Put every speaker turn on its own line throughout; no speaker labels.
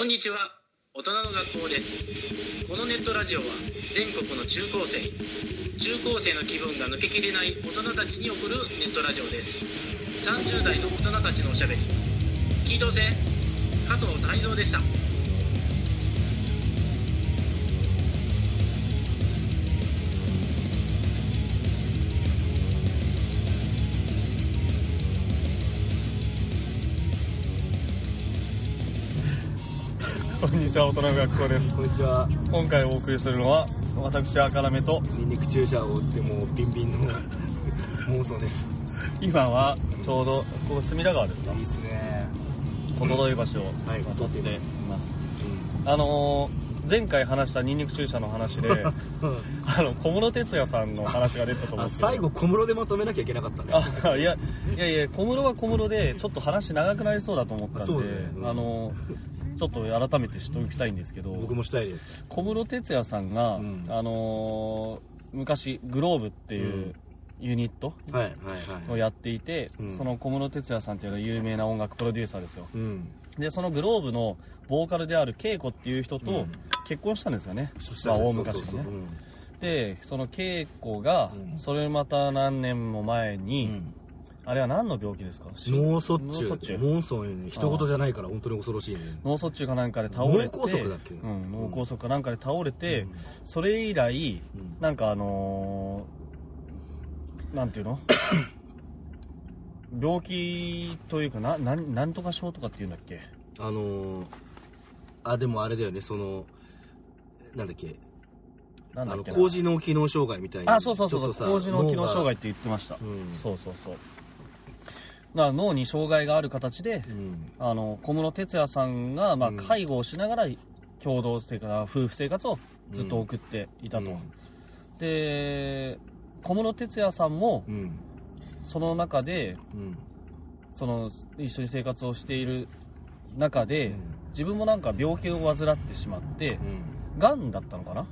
こんにちは大人の学校ですこのネットラジオは全国の中高生中高生の気分が抜けきれない大人たちに送るネットラジオです30代の大人たちのおしゃべり聞いとおせ加藤泰造でした
こんにちは大人の学校です
こんにちは。
今回お送りするのは私赤らめと
ニンニク注射を打ってもうビンビンの妄想です。
今はちょうどここ隅田川ですか
いいっすね。
小諸井橋を
は
渡っ
い
てい
渡ってい
ますあのー前回話したニンニク注射の話 であの小室哲哉さんの話が出たと思うん
あ
ですけど
最後小室でまとめなきゃいけなかったね。
あいやいやいや小室は小室でちょっと話長くなりそうだと思ったんで
そうですねうん
あのーちょっと改めてしておきたいんですけど
僕もしたいです。
小室哲哉さんが、
うん
あのー昔グローブっていうユニット
はいはい
を
はい。
やっていて、
うん
その小室哲哉さんっていうのは有名な音楽プロデューサーですよ
うん。
でそのグローブのボーカルである恵子っていう人
う
と
ん
結婚したんですよね、
した
まあ
そう
大
そう
昔
そう
にねでその恵子が
うん
それまた何年も前
う
に、
ん。
あれは何の病気ですか
脳卒中。
脳
脳
卒
卒
中
中。妄想よね。人事じゃないから本当に恐ろしいね。
脳卒中かなんかで倒れて
脳梗塞だっけ
うん、脳梗塞かなんかで倒れて、
うん
それ以来
うん
なんかあのーなんていう の病気というかななんなんとか症とかっていうんだっけ
あのー、あ、でもあれだよね、その、なんだっけ、
な
あ
んだっ
の、
けな
高次脳機能障害みたいな。
あそうそうそうそう麹の機能障害っ
害。
て言ってました、
うん
そうそうそうだから脳に障害がある形で、
うん。
あの小室哲哉さんが、まあ、
うん
介護をしながら共同生活夫婦生活をずっと送っていたと、
うん
で小室哲哉さんも
うん。
その中で
うん。
その一緒に生活をしている中で、
うん
自分もなんか病気を患ってしまって
う、ん。
がんだったのかな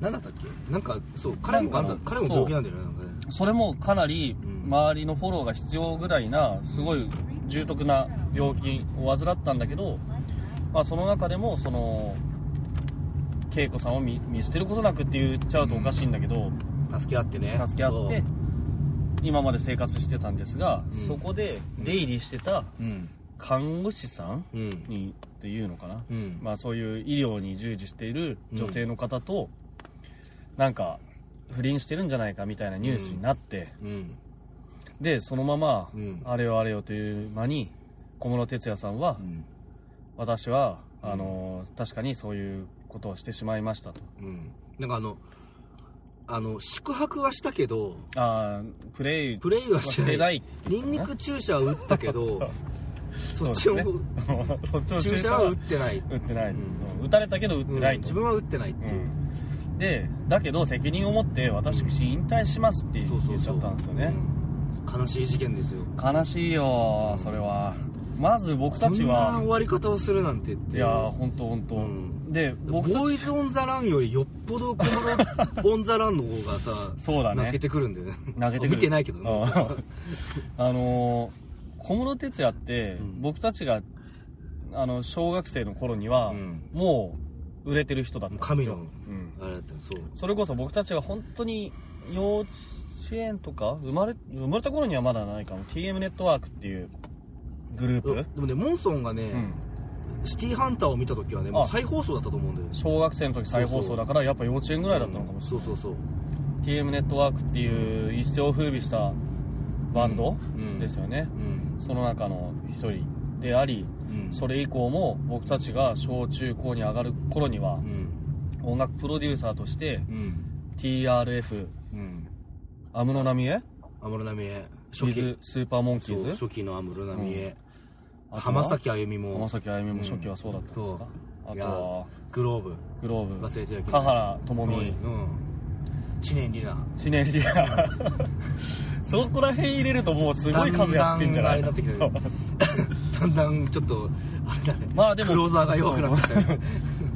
何だったっけなんかそう彼もがんだ
なんか
彼も病気なんだよねなんかね
それもかなり
うん
周りのフォローが必要ぐらいなすごい重篤な病気を患ったんだけど、まあ、その中でもその恵子さんを見見捨てることなくって言っちゃうとおかしいんだけど、
助け合ってね
助け合って
そ
今まで生活してたんですが、
うん
そこで出入りしてた
ううん
看護師さん
うん
にっていうのかな、
うん
まあ、そういう医療に従事している女性の方と、なんか不倫してるんじゃないかみたいなニュースになって。
うん
でそのまま、
うん
あれよあれよという間に小室哲哉さんは、
うん
私はあのー確かにそういうことをしてしまいましたと
うんなんかあのあの宿泊はしたけど
あープレイ
プレイはしてない
い
ニンニク注射を打ったけどそっちを、
そうでそっちの
注
注
射
射
は
は
打ってない、
打ってない、
う
う
ん
ん打たれたけど打っ
う
て
ん
ないと、
自分は打ってないって
う
いう、
んでだけど責任を持って私引退しますって言
そうそう
っち
そ
ゃ
う
ったんですよね
うん悲しい事件ですよ
悲しいよそれはまず僕たち
こんな
は
終わり方をするなんてって
いうやー本当本当、
うん
で
ボ
僕たち
ーイズ・オン・ザ・ランよりよっぽどこ のオン・ザ・ランの方がさ
そうだね
泣けてくるんだよね
投げてくる
見てないけどね
うん あのー小室哲哉って、
うん
僕たちがあの小学生の頃には、
うん
もう売れてる人だったんですよ
神の
うん
あれだったよそう
それこそ僕たちが本当に幼稚園とか生まれ生まれた頃にはまだないかも TM ネットワークっていうグループ、
でもねモンソンがね、
うん
シティハンターを見た時はねも
あ
う再放送だったと思うんだよ
小学生の時再放送だからやっぱ幼稚園ぐらいだったのかもしれない、
そうそうそう
TM ネットワークっていう一世を風靡したバンド
うん
ですよね、
うん
その中の一人であり
うん
それ以降も僕たちが小中高に上がる頃には
うん
音楽プロデューサーとして
うん
TRF
うん
安室奈美恵
安室奈美恵初期
水スーパーモンキ
そう
ーズ
初期の安室奈美恵、
あとは
浜崎あゆみも
浜崎あゆみも初期はそうだったんですか、
うんそう
あとはい
グローブ
グローブ
忘れてるけど
香原朋
うん
美
知念里奈
知念里 奈そこら辺入れるともうすごい数やってんじゃない
だんだんあれになって きただんだんちょっとあれだね、
まあでも
クローザーが弱くなってきたよ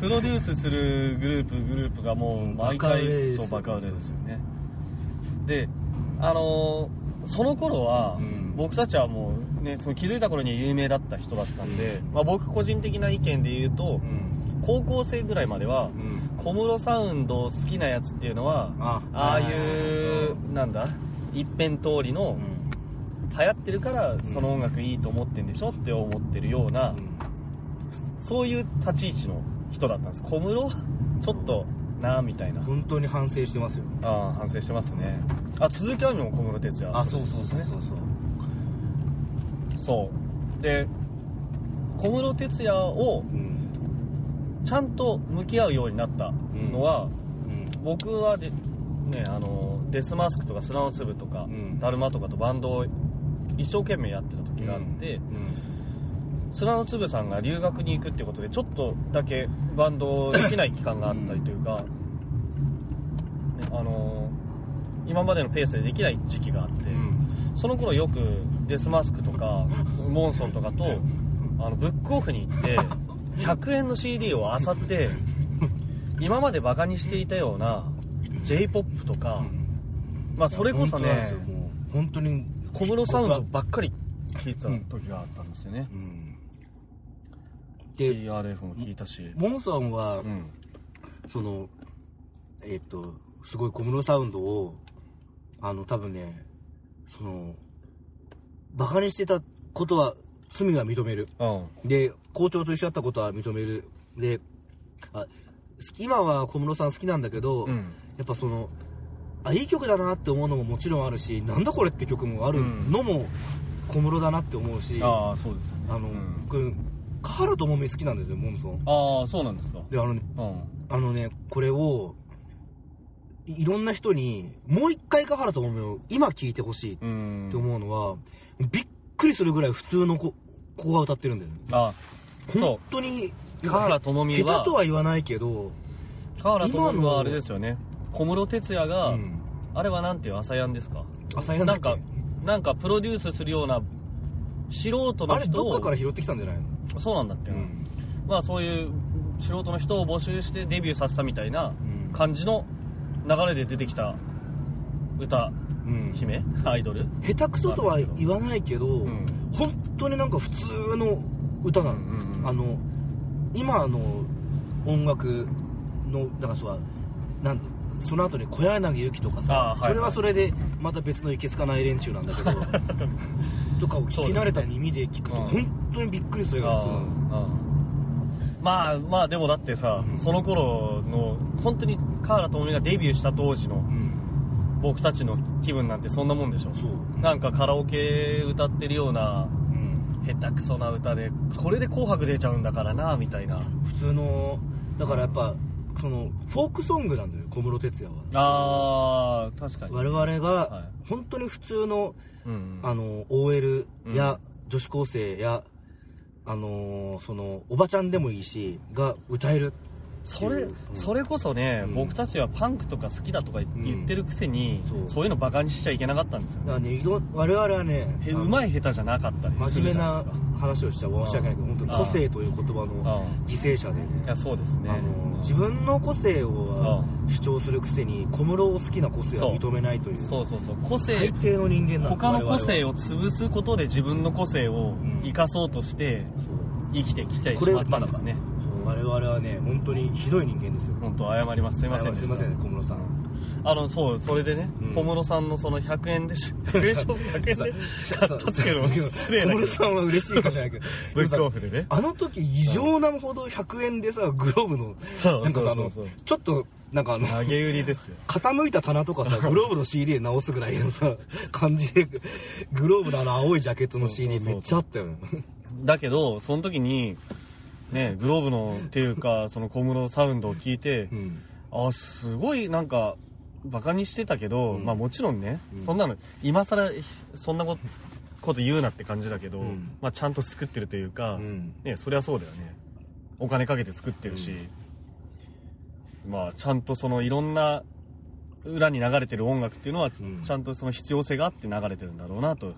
プロデュースするグループグループがもう毎
バカ売
回
れですよ
そうバカ売れですよねであのーその頃は、
うん
僕たちはもう、ね、その気づいた頃には有名だった人だったんで、まあ、僕個人的な意見で言うと
う、ん
高校生ぐらいまでは
う、ん
小室サウンドを好きなやつっていうのは、
あ
ああいう、なんだ、一辺通り
う
の、
ん
流行ってるから、その音楽いいと思ってんでしょって思ってるような、そういう立ち位置の人だったんです。小室ちょっと、なあみたいな。
本当に反省してますよ
ああ、反省してますね。あ、続きあるのも小室哲也。
そうそうそうそうそう
そう。で、小室哲也を
うん
ちゃんと向き合うようになったのは、僕はで、ね、あの、デスマスクとか砂の粒とか、
うん
だるまとかとバンドを一生懸命やってた時があって、
うん
砂の粒さんが留学に行くってことでちょっとだけバンドできない期間があったりというか、ねあのー今までのペースでできない時期があって、
うん
その頃よくデスマスクと かモンソンとかとあのブックオフに行 って100円の CD を漁って今までバカにしていたような j p o p とか、まあ、それこそね
本当なんですよもう本当に
小室サウンドばっかり聴いてた時があったんですよね、
うんで
TRF も聴いたし、
モンソンは、
うん、
そのえっとすごい小室サウンドをあの多分ねそのバカにしてたことは罪は認める
うん
で校長と一緒だったことは認めるであ好き今は小室さん好きなんだけど、
う
や
ん
っぱそのあいい曲だなって思うのももちろんあるしなんだこれって曲もある
うん
のも小室だなって思うし、あ
ああそうですよね
の、
うん
僕華原朋美好きなんですよモンソン
ああそうなんですか
であのね
うん
あのねこれをいいろんな人にもう一回華原朋美を今聴いてほしいっ
うん
て思うのは、びっくりするぐらい普通の子子が歌ってるんだよね
あ
本当に
河原朋美
下
は
手とは言わないけど、
河原智美
今の
はあれですよね小室哲哉が、
うん
あれはなんていう朝やんですか
朝やんだ
な
っ
ん
け
かなんかプロデュースするような素人
あ
の
れ
人
ど
を
っかから拾ってきたんじゃないの、
そうなんだっけ、
うん
まあそういう素人の人を募集してデビューさせたみたいな感じの流れで出てきた歌
うん
姫アイドル
下手くそとは言わないけど、
ん
本当になんか普通の歌なの、
うんうんうん
あの今の音楽のだからそうはなんその後に小柳ゆきとかさ、
あーはいはい
それはそれでまた別のいけつかない連中な んだけどとかを聞き慣れた耳で聞くと
そうですね
本当にびっくりするが普通なの
あまあまあでもだってさ、
うん
その頃の本当に河原智美がデビューした当時の
うん
僕たちの気分なんてそんなもんでしょ
そう
なんかカラオケ歌ってるような
うん
下手くそな歌でこれで「紅白」出ちゃうんだからなみたいな
普通のだからやっぱそのフォークソングなんだよ小室哲哉は
あー確かに
我々
は
が本当に普通の
うん
あの OL や女子高生やあのーそのおばちゃんでもいいしが歌える
それ
うん
それこそね、
うん
僕たちはパンクとか好きだとか
ん
言ってるくせに、
そう
そういうのバカにしちゃいけなかったんですよ
だからねいろ我々はね
へ
あの
うまい下手じゃなかったりす
真
る
面
じ
目
ゃない
な
ですか
話をしちゃ申し訳ないけど本当に個性という言葉の
うん
犠牲者でね
いやそうですね
あの自分の個性を主張するくせに小室を好きな個性は認めないという
そうそうそう個性
最低の人間なんだ
他の個性
を
を潰すことで自分の個性を
ん
生かそうとして生きてきて
こ
し
れ
ま
ま
ったん
だ
で
か
すね
そう我々はね本当にひどい人間ですよ
本当謝りますすいませんでし
あすいま
た
せん小室さん
あのそうそれでね、
うん
小室さんのその100円でし100円ショップ100円で買ったっていうのも失礼だ
小
けど
室さんは嬉しいかじゃないけど
ブックオフでね
あの時異常なほど100円でさグローブの
そう
なんかさあ
そう
の
そうそう
ちょっとなんかあの
投げ売りですよ
傾いた棚とかさ、グローブの CD で直すぐらいのさ、感じで、グローブのあの青いジャケットの
そうそう
CD
そうそう
めっちゃあったよね。
だけどその時にねグローブのっていうかその小室サウンドを聞いて、
うん。
あすごいなんかバカにしてたけど、
うん
まあもちろんね、
うん
そんなの今更そんなことこと言うなって感じだけど、
うん
まあ、ちゃんと作ってるというか、
うん
ね、そりゃそうだよねお金かけて作ってるし、まあちゃんとそのいろんな裏に流れてる音楽っていうのは、
うん
ちゃんとその必要性があって流れてるんだろうなと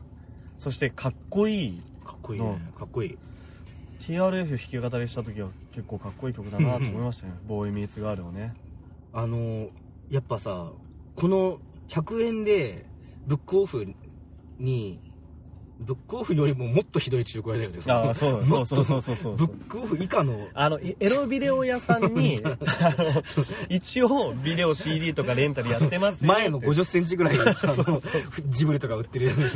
そしてかっこいい
かっこいいね。かっこいい。
TRF 弾き語りした時は結構かっこいい曲だなと思いま したね「ボーイ・ミーツ・ガール」をね
あのやっぱさこの100円でブックオフにブックオフよりももっとひどい中古屋だよね。
ああ、そう、
も
そ
っ
う
と
そうそうそうそう
ブ。ックオフ以下の、
あの、エエロビデオ屋さん に、あの、一応、ビデオ CD とかレンタルやってますよって
前の50センチぐらいのさあのジブリとか売ってるような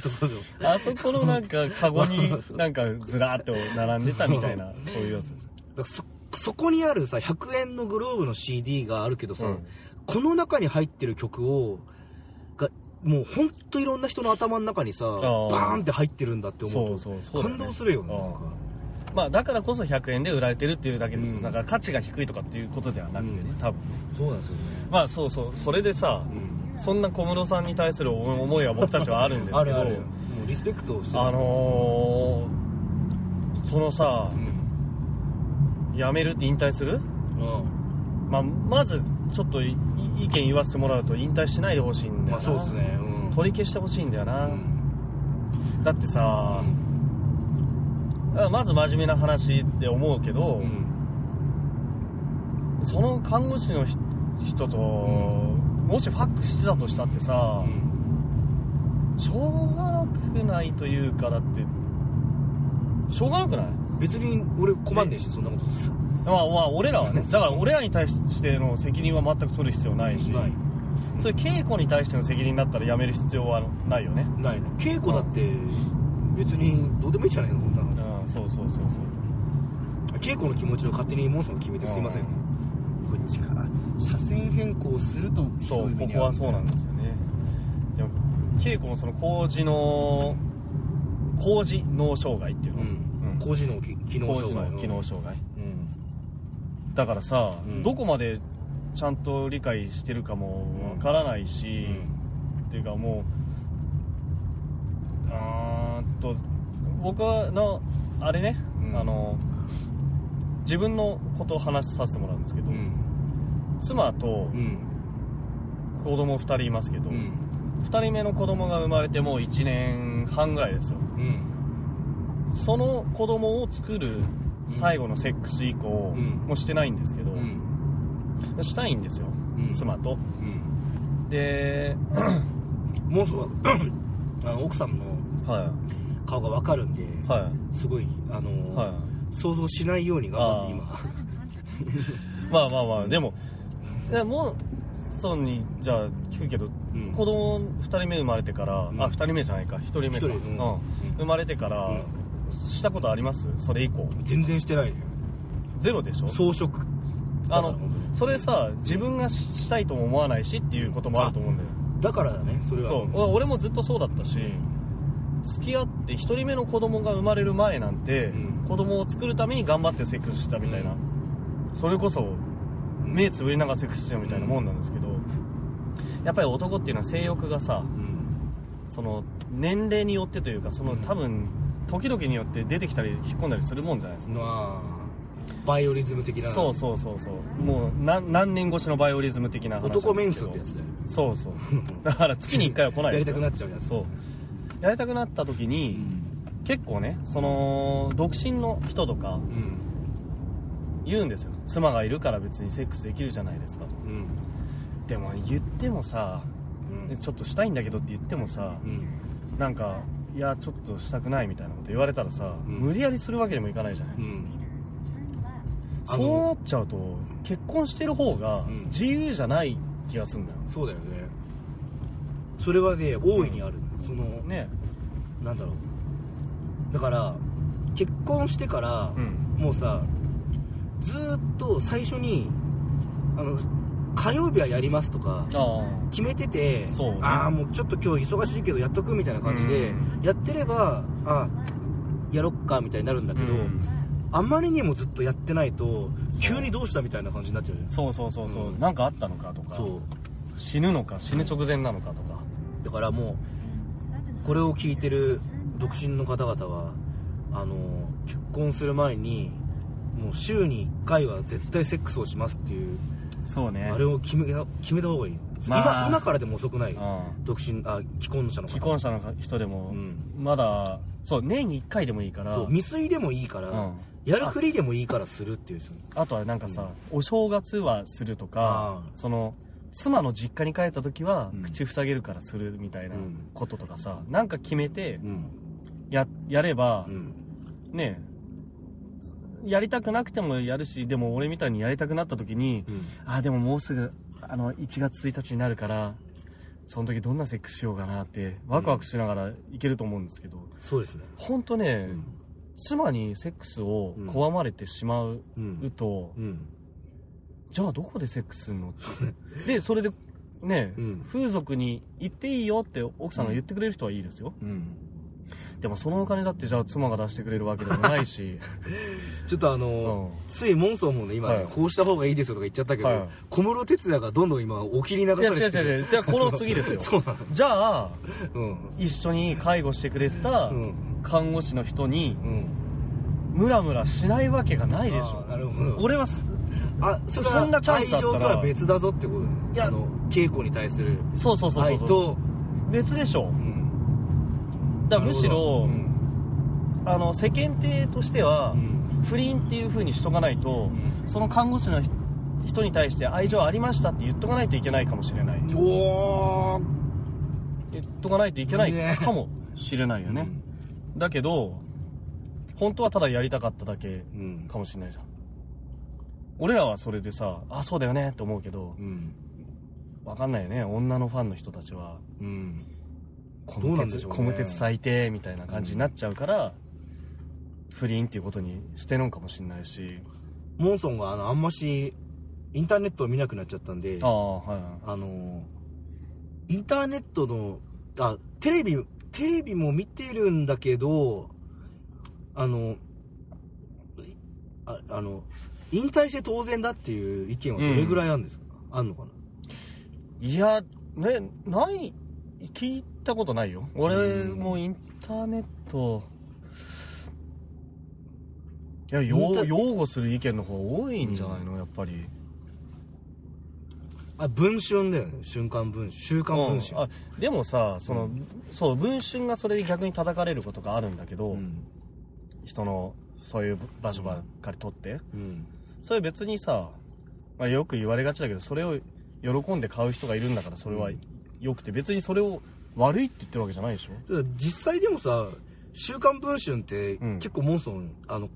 ところの
あそこのなんか、カゴになんか、ずらーっと並んでたみたい な、そういうやつです。
だからそそこにあるさ100円のグローブの CD があるけどさ、
うん
この中に入ってる曲をがもうほんといろんな人の頭の中にさバ
ー
ーンって入ってるんだって思うと
そうそうそうだね
感動するよね
あー
なんか
まあ、だからこそ100円で売られてるっていうだけです、
うん
だから価値が低いとかっていうことではなくてね、
うん
多分
そうなんですよね、
まあそうそうそれでさ、
うん
そんな小室さんに対する思いは僕たちはあるんですけど
あるあるもうリスペクトをして
あ
ます
のーそのさ
うん
辞めるって引退する、
うん
まあ、まずちょっとい意見言わせてもらうと引退しないでほしいんだよな、
まあそうですねうん
取り消してほしいんだよな、
うん
だってさ、あまず真面目な話って思うけど、
うん
その看護師のひ人と、もしファックしてたとしたって
う
さ、
ん
しょうがなくないというかだってしょうがなくない
別に俺困んねえしそんなことさ
まあ、まあ、俺らは ねだから俺らに対しての責任は全く取る必要ないし
ない
それ稽古に対しての責任だったらやめる必要はないよね
ないね稽古だって別にどうでもいいじゃないのこんなの
うんそうそうそうそう
稽古の気持ちを勝手にモンスターが決めてすいませんねこっちから車線変更すると
そうここはそうなん
だ
ですよねでも稽古もその工事の工事脳障害っていう
う
の、
ん
うん
工事の機機能
工
障
事
害
の
の
機能障害
うん
だからさ、
うん
どこまでちゃんと理解してるかもわからないし、っていうかもうあーっと僕のあれね、
うん
あの自分のことを話させてもらうんですけど、
うん
妻と
うん
子供2人いますけど、
う
二
ん
2人目の子供が生まれてもう1年半ぐらいですよ
うん
その子供を作る最後のセックス以降、
うん
もうしてないんですけど、
うん
したいんですよ、
うん
妻と
うん
で、
モンスターは あの奥さんの
は
顔がわかるんで
いは
すごいあ
い
の
はい
想像しないように頑張って今
まあまあまあでもでもそうにじゃあ聞くけど、
うん
子供2人目生まれてから、
ん
あ2人目じゃないか1人目か
一人うん
うん
うん
生まれてから、したことありますそれ以降
全然してないね
ゼロでしょ
装飾
あの
だから本当に
それさ自分がししたいとも思わないしっていうこともあると思うんだよ
だからだねそれは
そう俺俺もずっとそうだったし、付き合って1人目の子供が生まれる前なんて、
うん
子供を作るために頑張ってセックスしてたみたいな、
う
それこそ目つぶりながらセックスしてたみたいなもんなんですけど、やっぱり男っていうのは性欲がさ
うん
その年齢によってというかその多分時々によって出てきたり引っ込んだりするもんじゃないですか、
まあバイオリズム的な
そうそうそうそうもう何何年越しのバイオリズム的な話なんですけど
男メンスってやつだよ
そう そうだから月に1回は来ない
や
で
り
す
た
よ
くなっちゃうやつ
そうやりたくなった時
う
に、
ん
結構ねその独身の人とか
うん
言うんですよ妻がいるから別にセックスできるじゃないですかと
うん
でも言ってもさ
うん
ちょっとしたいんだけどって言ってもさ
うん
なんかいやちょっとしたくないみたいなこと言われたらさ、
うん
無理やりするわけにもいかないじゃない、
うんあの
そうなっちゃうと結婚してる方が
うん
自由じゃない気がするんだよ、
そうだよねそれはね大いにあるその
ね
なんだろうだから結婚してから
うん
もうさずーっと最初にあの火曜日はやりますとか
あ
決めてて、
そうね
ああもうちょっと今日忙しいけどやっとくみたいな感じで、
うん
やってればあやろっかみたいになるんだ
あ
けど、
うん
あまりにもずっとやってないと急にどうしたみたいな感じになっちゃうじゃん
そうそうそうそう、
うん
なんかあったのかとか
そう
死ぬのか死ぬ直前なのかとか
だからもうこれを聞いてる独身の方々はあの結婚する前にもう週に1回は絶対セックスをしますっていう、
そうね
あれを決めた決めた方がいい、
まあ
今今からでも遅くない
うん
独身あ既婚者の
既
方
婚者の人でも、
うん
まだそう年に1回でもいいから
そう未遂でもいいから、
うん
やるふりでもいいからするっていう人
あとはなんかさ、お正月はするとか
あー
その妻の実家に帰った時は
うん
口塞げるからするみたいな
うん
こととかさ、なんか決めて
うん
ややれば
う、ん
ねえやりたくなくてもやるしでも俺みたいにやりたくなった時に
うん
あでももうすぐあの1月1日になるからその時どんなセックスしようかなってワクワクしながらいけると思うんですけど、
そうですね
ほんとね、
うん
妻にセックスを拒まれてしまう
うん
と、
うん
じゃあどこでセックスするのってでそれでね、
うん
風俗に行っていいよって奥さんが言ってくれる人はいいですよ、
うん
でもそのお金だってじゃあ妻が出してくれるわけでもない し、
ちょっとあ
う
の
ん、
ついモンソンもね今ね
はい
こうした方がいいですよとか言っちゃったけ
はい
ど小室哲哉がどんどん今お切り流
いや
さ
違う
れて
違う違うじゃあこの次 ですよ
そうなの
じゃあ
うん
一緒に介護してくれてた
うん
看護師の人に
うん
ムラムラしないわけがないでし
あ
ょ
ーなるほど
俺はす
あそれ
そんなチャンスあったら
愛情とは別だぞってことね
いや
あの稽古に対する
そうそうそうそう
愛
そう
と
別でしょ
うん
だからむし
なる
ろ
ほど、うん
あの世間体としては
う、ん
不倫っていう風にしとかないと、
う
その看護師の人に対して愛情ありましたって言っとかないといけないかもしれない
おー
言っとかないといけないかもしれないよねだけど本当はただやりたかっただけ
うん
かもしれないじゃん俺らはそれでさあそうだよねって思うけど
うん
分かんないよね女のファンの人たちは
うん
こ
どう
の
なんで
鉄
しょうね
この鉄最低みたいな感じになっちゃうから、不倫っていうことにしてるんかもしれないし
モンソンがあのあんましインターネットを見なくなっちゃったんで
ああはいはい
あのインターネットのあテレビテレビも見てるんだけどあのいああの引退して当然だっていう意見はどれぐらいあるんですか、あんのかない
や、ね、ない、聞いたことないよ。俺もインターネット、いや、
インタ
擁
ー
擁護する意見の方が多いんじゃないの、やっぱり。
あ文春だよね瞬間文春週刊文春、
うんあでもさ、その、そう、文春がそれで逆に叩かれることがあるんだけど、
うん
人の、そういう場所ばっかり取って。
うん
それ別にさ、まあ、よく言われがちだけど、それを喜んで買う人がいるんだから、それは良くて、別にそれを悪いって言ってるわけじゃないでしょ
ただ実際でもさ「週刊文春」って
うん
結構モンソン、あの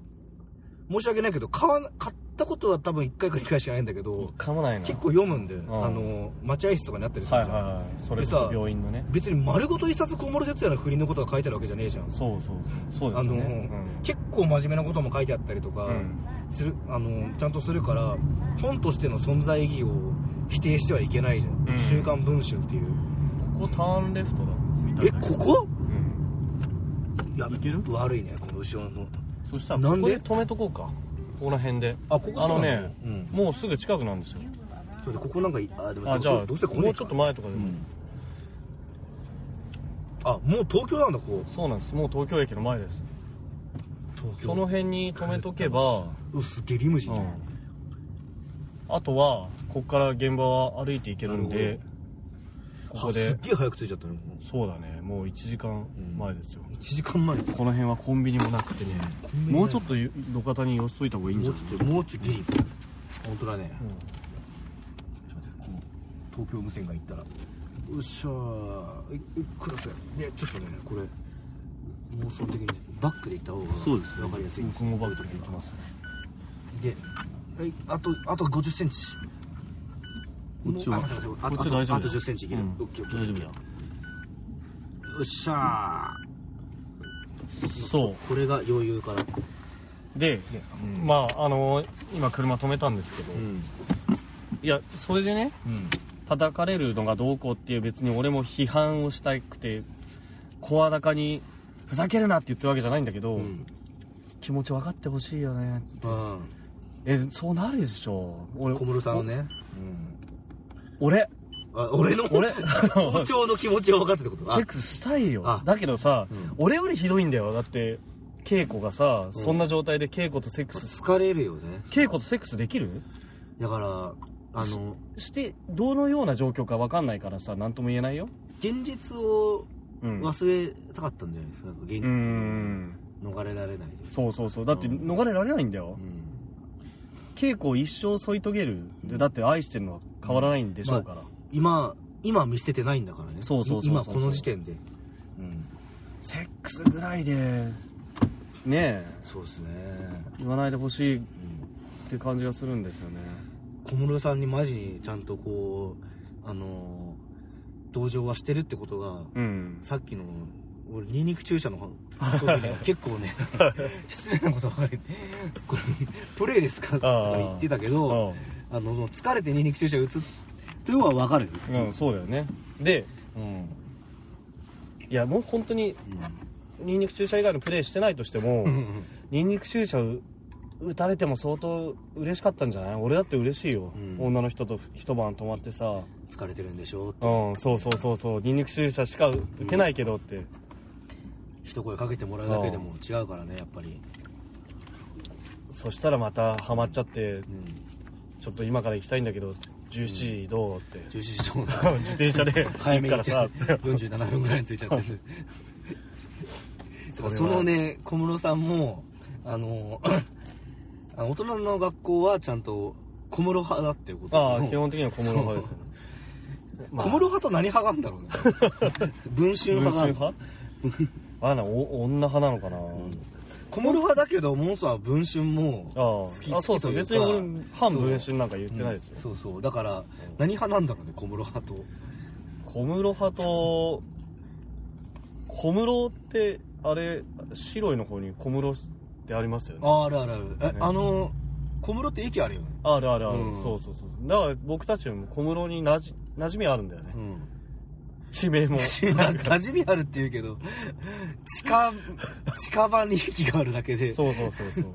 申し訳ないけど買わな買ったことは多分1回か2回しかないんだけど
かもないな。
結構読むんで、
ん
あの待合室とかにあったりす
はい
る
は
じ
い
ゃん、
はいそれこそ病院のね
別に丸ごと一冊小室哲哉の不倫のことが書いてあるわけじゃねえじゃん
そうそうそうそうで
あ
す
の、
よね、
結構真面目なことも書いてあったりとか
うんうん
する、あのちゃんとするから本としての存在意義を否定してはいけないじゃん「
うん
週刊文春」っていう
ここターンレフトだみたい
え
な
ここ
うん
いや
いける
悪いねこの後ろの
そしたら
な
こ
ん
こ
で
で止めとこうかここら辺で
あここ
あのね
そうなのうん
もうすぐ近くなんですよ
それでここなんかいあでも
あじゃあ
どうせこね
もうちょっと前とかでも、
うんあもう東京なんだここ
そうなんですもう東京駅の前です
東
その辺に止めとけば、
うっすっげえリムジン
う
じゃん、
ん、あとはここから現場は歩いていけるん
な
で
る
ここ
あす
で
っげえ早く着いちゃったねもう
そうだねもう1時間前ですよ、
1時間前です
この辺はコンビニもなくてね
うん
もうちょっとゆ路肩に寄せといた方がいいんじ
も
ゃ
う
ない
ちょっともうちょっとギリ本当だね、
うん
ちょっと待ってこの東京無線が行ったらよっしゃーいいくださいでちょっとねこれ妄想的にバックで行った方が
そうですね
分かりやすい
僕もバックで行きます
ではいあとあと5 0センチ
こっち
あ
は
待って待ってあ
こっ
と
ち
あ
は大丈夫
とあと1 0ンチいける、
うん
オッケーオッケー
大丈夫だよ
よっしゃ
そ
ーこれが余裕から
うで、
うん
まああのー今車止めたんですけど、
うん
いやそれでね叩かれるのがどうこうっていう別に俺も批判をしたくて声高にふざけるなって言ってるわけじゃないんだけど、
うん
気持ち分かってほしいよね
うん
えそうなるでしょ俺
小室さんのね、うん
お俺
あ俺の
俺
校長の気持ちが分かってってこと
セックスしたいよ
あ
だけどさ、
うん
俺よりひどいんだよだって稽古がさ、そんな状態で稽古とセックス
疲れるよね
稽古とセックスできる
だからあの
してどのような状況か分かんないからさ何とも言えないよ
現実を
うんう
忘れたかったんじゃないですか、現
ーん
逃れられないで、
そうそうそうだって逃れられないんだよ、
うん
稽古を一生添い遂げるでだって愛してるのは変わらないんでしょうから、
まあ今今見捨ててないんだからね
そうそうそうそう
い今この時点でうん
セックスぐらいでねえ
そうですね、
言わないでほしいっ
うん、
て感じがするんですよね
小室さんにマジにちゃんとこうあのー同情はしてるってことが、
うん
さっきの俺ニンニク注射の時には結構ね失礼なことばかりでこれプレイですかとか言ってたけ
う
ど
ん
あの疲れてニンニク注射打つというのは分かる
うん、そうだよねで
うん、うん
いやもう本当にニンニク注射以外のプレイしてないとしても
うん
ニンニク注射う打たれても相当嬉しかったんじゃない俺だって嬉しいよ、
うん
女の人と一晩泊まってさ
疲れてるんでしょ
うんそうそうそうそうニンニク注射しか打てないけどって、
一声かけてもらうだけでも違うからねやっぱり、
そしたらまたハマっちゃって
うん、
ちょっと今から行きたいんだけど17時どうって、
中止しそうな
自転車で
早
行
め
く
に
から
行って
さ
47分ぐらいに着いちゃ ってる
それは
そのね小室さんもあの あの大人の学校はちゃんと小室派だっていうこと
ああ基本的には小室派ですよね、まあ
小室派と何派があるんだろう ね文春
文
派があ
春
る
派あなお女派なのかな、
小室派だけどモンスは文春も
あ
好き
ああそうそう
好き
別に
といか
俺反文春なんか言ってないですよ、
そうそうだから何派なんだろうね小室派と
小室派と小室ってあれ白いの方に小室ってありますよね
ああるあるあるえ、あの小室って駅あるよね
あるあるある、
うん
そうそうそうだから僕たちも小室になじ馴染みあるんだよね、
うん
地名も
な馴染みあるって言うけど近近場に駅があるだけで行
そうそうそうそう、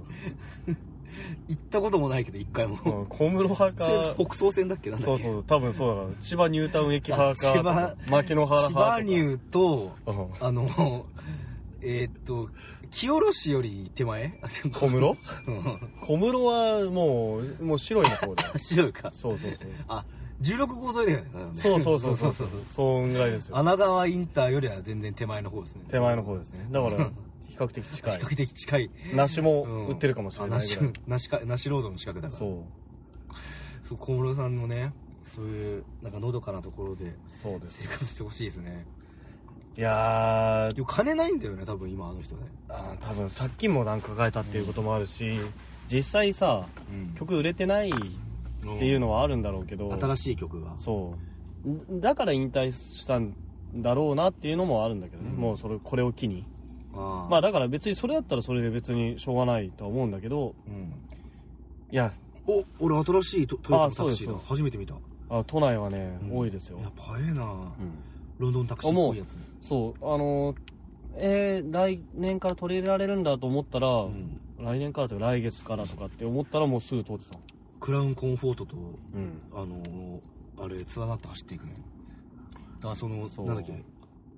ったこともないけど一回も、
うん、小室派
それ
か
北総線だっけなんだっ
そう
け
そう多分そうだから千葉ニュータウン駅派
あ
か
千葉
牧野原派
千
とか
葉乳と
うん
あのえーっと清志より手前
小室
うん
小室はもうもう白いの方だよ
白いか
そうそうそう
あ16号沿いだよね
そうそうそうそうそう
そう
そんぐらいですよ
穴川インターよりは全然手前の方ですね
手前の方ですねだから比較的近い
比較的近い
梨も
うん
売ってるかもしれないぐらい、
あなしなしかなしロードの近くだから
そう
そう小室さんのねそういうなんかのどかなところで
そうです
生活してほしいですね
いやー
でも金ないんだよね多分今あの人ね
あー多分さっきもなんか抱えたっていうこともあるし、実際さ
うん
曲売れてないっ
って
いうのはあるんだろうけど
新しい曲が
そううんだから引退したんだろうなっていうのもあるんだけどね、
うん
もうそれこれを機に
あ
まあだから別にそれだったらそれで別にしょうがないとは思うんだけど
うん
いや
お俺新しいトトヨタ
あ
のタクシー
そう
だ
です
初めて見た
あ都内はね、
うん
多いですよ、
やっぱええな
うん
ロンドンタクシーっぽいやつ
そうあのーえー来年から取り入れられるんだと思ったら、
うん
来年からとか来月からとかって思ったらもうすぐ通ってた
クラウンコンフォートと
うん
あのあれ連なって走っていくねだからその
そう
なんだっけ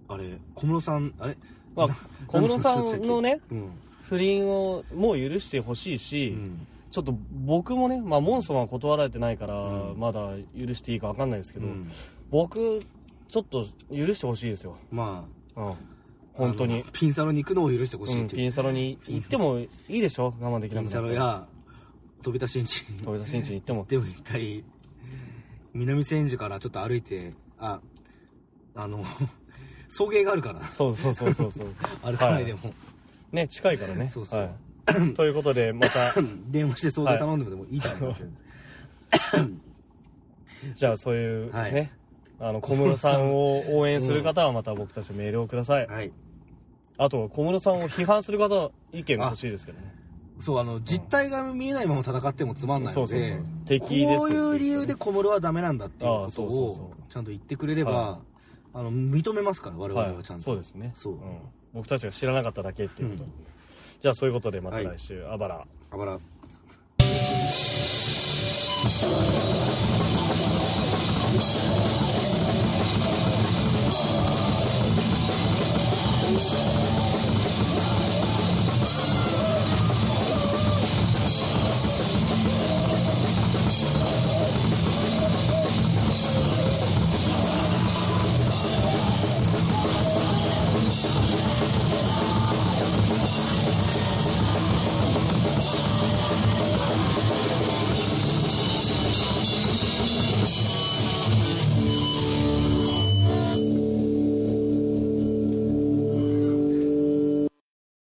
あれ小室さんあれ
ま あ小室さんのね
うん
不倫をもう許してほしいうし、
ん
ちょっと僕もね、まあ、モンソンは断られてないから、
うん
まだ許していいか分かんないですけ
け
ど、
ど
僕ちょっと許してほしいですよ、
ま
うん、
あ
本当
あ
に
の、ピンサロに行くのを許してほし
う
いっ
ん、
て
ピ
いう
ンサロに行ってもいいでしょ我慢でき
ピ
なく
ン
な
サ
っ
ロ
たら
や飛び出しんちに
飛び出しんちに行っても
でも行ったり南千住からちょっと歩いてああの 送迎があるから
そうそうそうそうそう
歩かないで
は
も、
いね近いからね
そうそう
はい、 ということでまた
電話して送迎頼んでもでもいいじゃないか
じゃあそういう
はい
ね、あの小室さんを応援する方はまた僕たちにメールをください、
はい
あと小室さんを批判する方は意見欲しいですけどね
そうあの実態が見えないまま戦ってもつまんない
そう
の
そうそ
で
う敵です
こういう理由で小室はダメなんだっていう
あ
こ
あ
と
そうそうそ
をちゃんと言ってくれれば、
は
あの認めますから我々
は
はいちゃんと、
そうですね、
そうん
僕たちが知らなかっただけっていうこと、
うん
じゃあそういうことでまた来週、あばら
あばら
「